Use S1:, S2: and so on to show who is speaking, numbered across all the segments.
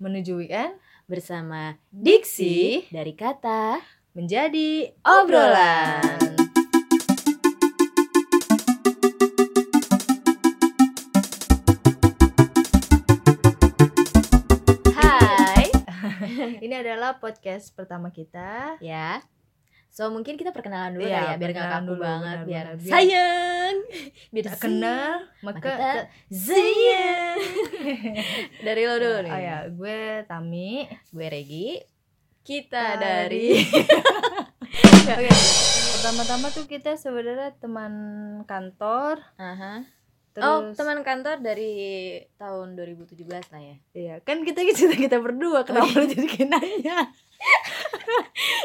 S1: menuju weekend
S2: bersama Diksi dari kata
S1: menjadi
S2: obrolan. Hai.
S1: Ini adalah podcast pertama kita.
S2: Ya. So mungkin kita perkenalan dulu
S1: Iya,
S2: kali ya biar nggak
S1: perkenalan
S2: kaku
S1: dulu,
S2: banget
S1: benar,
S2: biar,
S1: benar. Biar-
S2: sayang biar
S1: Tak kenal
S2: maka
S1: maka
S2: tak
S1: tak-
S2: sayang. dari lo dulu nih.
S1: Oh ya, gue Tami.
S2: Gue Regi. Kita
S1: Dari-
S2: dari
S1: Oke. Pertama-tama tuh kita sebenarnya teman kantor.
S2: Aha.
S1: Terus,
S2: Oh, teman kantor dari tahun 2017 lah ya.
S1: Iya, kan kita kita kita
S2: Oh, iya.
S1: berdua kenapa lu jadi kayak nanya?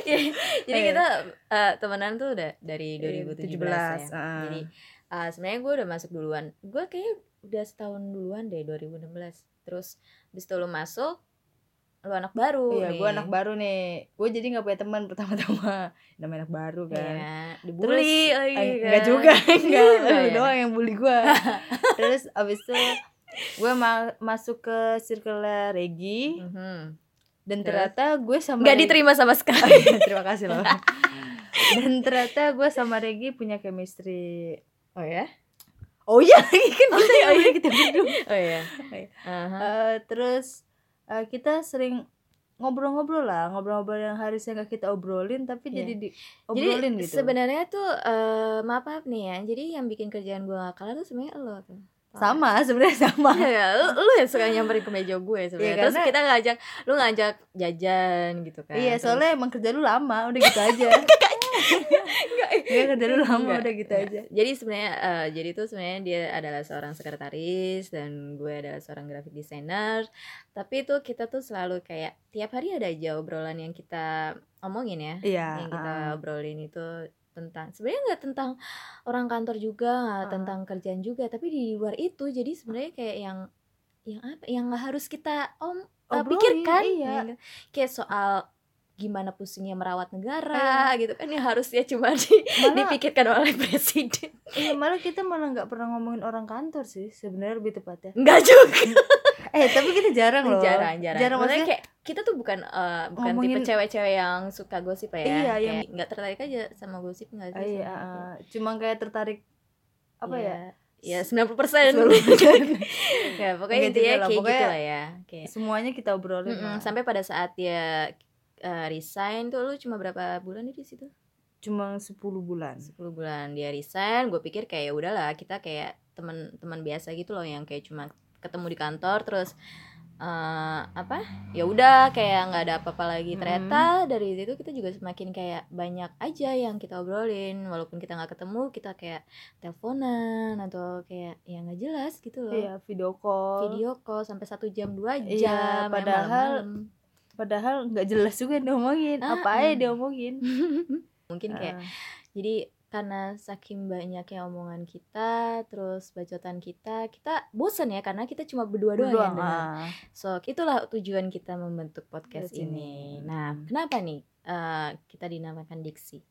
S2: Jadi jadi
S1: Iya.
S2: kita eh, temenan tuh udah dari 2017 ya.
S1: ah.
S2: Jadi eh, sebenarnya gue udah masuk duluan. Gue kayaknya udah setahun duluan deh 2016. Terus abis itu lu masuk, lu anak baru.
S1: Iya,
S2: nih.
S1: gue anak baru nih. Gue jadi nggak punya teman pertama-tama. Namanya anak baru kan.
S2: Iya,
S1: Terus,
S2: dibully lagi
S1: Eh,
S2: kan.
S1: Enggak juga, enggak.
S2: Enggak
S1: Lu
S2: ya?
S1: doang yang bully gue. Terus abis itu gue ma- masuk ke circle Regi
S2: Mhm.
S1: dan
S2: Terus?
S1: ternyata gue sama
S2: Nggak
S1: Regi- Iya,
S2: diterima sama sekali.
S1: Terima kasih loh. dan ternyata gue sama Regi punya chemistry.
S2: Oh ya?
S1: Oh iya, lagi kan kita
S2: iya,
S1: yang
S2: iya.
S1: udah kita berdua.
S2: Oh ya. Aha.
S1: Eh, terus eh, kita sering ngobrol-ngobrol lah, ngobrol-ngobrol yang harusnya nggak kita obrolin tapi
S2: Iya.
S1: jadi di obrolin
S2: Jadi
S1: gitu.
S2: sebenarnya tuh eh, maaf maaf nih ya. Jadi yang bikin kerjaan gue gak kalah tuh sebenarnya lo tuh.
S1: sama sebenarnya sama.
S2: Iya, ya, lu, lu yang suka nyamperin ke meja gue sebenarnya.
S1: Iya,
S2: Terus
S1: karena-
S2: kita ngajak, lu ngajak jajan gitu kan.
S1: Iya,
S2: Terus-
S1: soalnya emang kerja lu lama, udah gitu aja.
S2: ya
S1: Iya, kerja lu lama,
S2: Enggak,
S1: udah gitu
S2: enggak.
S1: aja.
S2: Jadi sebenarnya eh, jadi tuh sebenarnya dia adalah seorang sekretaris dan gue adalah seorang graphic designer. Tapi tuh kita tuh selalu kayak tiap hari ada aja obrolan yang kita omongin ya.
S1: Iya.
S2: yang kita
S1: ah.
S2: obrolin itu tentang sebenarnya nggak tentang orang kantor juga nggak
S1: Ah.
S2: tentang kerjaan juga tapi di luar itu jadi sebenarnya kayak yang yang apa yang nggak harus kita om eh,
S1: Obrolin,
S2: pikirkan
S1: iya.
S2: Ya, kayak soal gimana pusingnya merawat negara gitu kan yang harusnya cuma di-
S1: Iya. Malah,
S2: dipikirkan oleh presiden
S1: iya, malah kita malah nggak pernah ngomongin orang kantor sih, sebenarnya lebih tepatnya.
S2: nggak juga
S1: Eh, tapi kita jarang loh.
S2: jarang jarang,
S1: Jarang
S2: Maksudnya
S1: maksudnya.
S2: kayak kita tuh bukan eh, bukan
S1: ngomongin-
S2: tipe cewek-cewek yang suka gosip ya
S1: Iya,
S2: Kayak
S1: yang-
S2: nggak tertarik aja sama gosip nggak
S1: Ah,
S2: sih
S1: iya,
S2: sebenarnya?
S1: ah, cuma kayak tertarik apa ya?
S2: ya? Ya 90 persen. ya pokoknya
S1: Nggak juga
S2: intinya
S1: lah,
S2: kayak
S1: pokoknya-
S2: gitu lah ya. Kayak,
S1: Semuanya kita obrolin.
S2: Mm-mm,
S1: lah.
S2: sampai pada saat dia eh, resign tuh lu cuma berapa bulan di situ?
S1: Cuma 10 bulan.
S2: 10 bulan dia resign. Gue pikir kayak ya udahlah kita kayak teman-teman biasa gitu loh yang kayak cuma ketemu di kantor terus eh, apa ya udah kayak nggak ada apa-apa lagi
S1: Mm-mm.
S2: ternyata dari situ kita juga semakin kayak banyak aja yang kita obrolin walaupun kita nggak ketemu kita kayak teleponan atau kayak ya nggak jelas gitu loh
S1: Iya, video call.
S2: video call sampai satu jam dua jam
S1: Iya,
S2: ya
S1: padahal-
S2: malam-malam.
S1: Padahal nggak jelas juga yang diomongin,
S2: Ah,
S1: apa aja
S2: ah.
S1: diomongin.
S2: mungkin kayak
S1: Ah.
S2: jadi karena saking banyaknya omongan kita terus bacotan kita kita bosen ya karena kita cuma berdua doang yang
S1: Doang,
S2: dengar.
S1: ah.
S2: so itulah tujuan kita membentuk podcast
S1: Podcast
S2: ini
S1: ini.
S2: nah kenapa nih eh, kita dinamakan diksi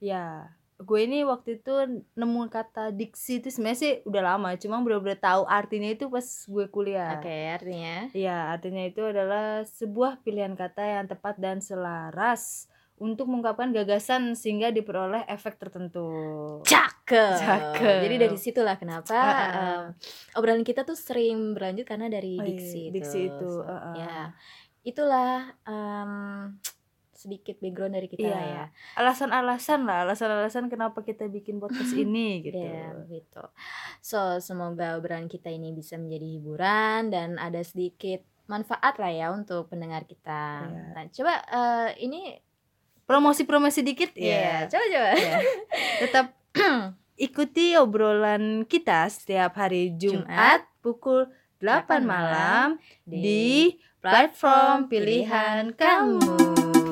S1: Ya, gue ini waktu itu nemu kata diksi itu sebenarnya sih udah lama, cuma bener-bener tahu artinya itu pas gue kuliah.
S2: oke artinya
S1: Ya, artinya itu adalah sebuah pilihan kata yang tepat dan selaras untuk mengungkapkan gagasan sehingga diperoleh efek tertentu.
S2: cakep
S1: Cakep.
S2: jadi dari situlah kenapa
S1: Ah, ah, ah.
S2: eh, obrolan kita tuh sering berlanjut karena dari
S1: Oh, iya,
S2: diksi itu
S1: diksi itu,
S2: So,
S1: ah, ah.
S2: ya itulah em, sedikit background dari kita lah
S1: Iya,
S2: ya.
S1: Alasan-alasan lah, alasan-alasan kenapa kita bikin podcast ini gitu.
S2: Ya, gitu. So, semoga obrolan kita ini bisa menjadi hiburan dan ada sedikit manfaat lah ya untuk pendengar kita.
S1: Iya.
S2: Nah, coba eh, ini
S1: Promosi-promosi dikit ya.
S2: ya, coba coba.
S1: Tetap ikuti obrolan kita setiap hari Jumat,
S2: Jumat,
S1: pukul 8 malam
S2: 8 malam
S1: di platform pilihan kamu.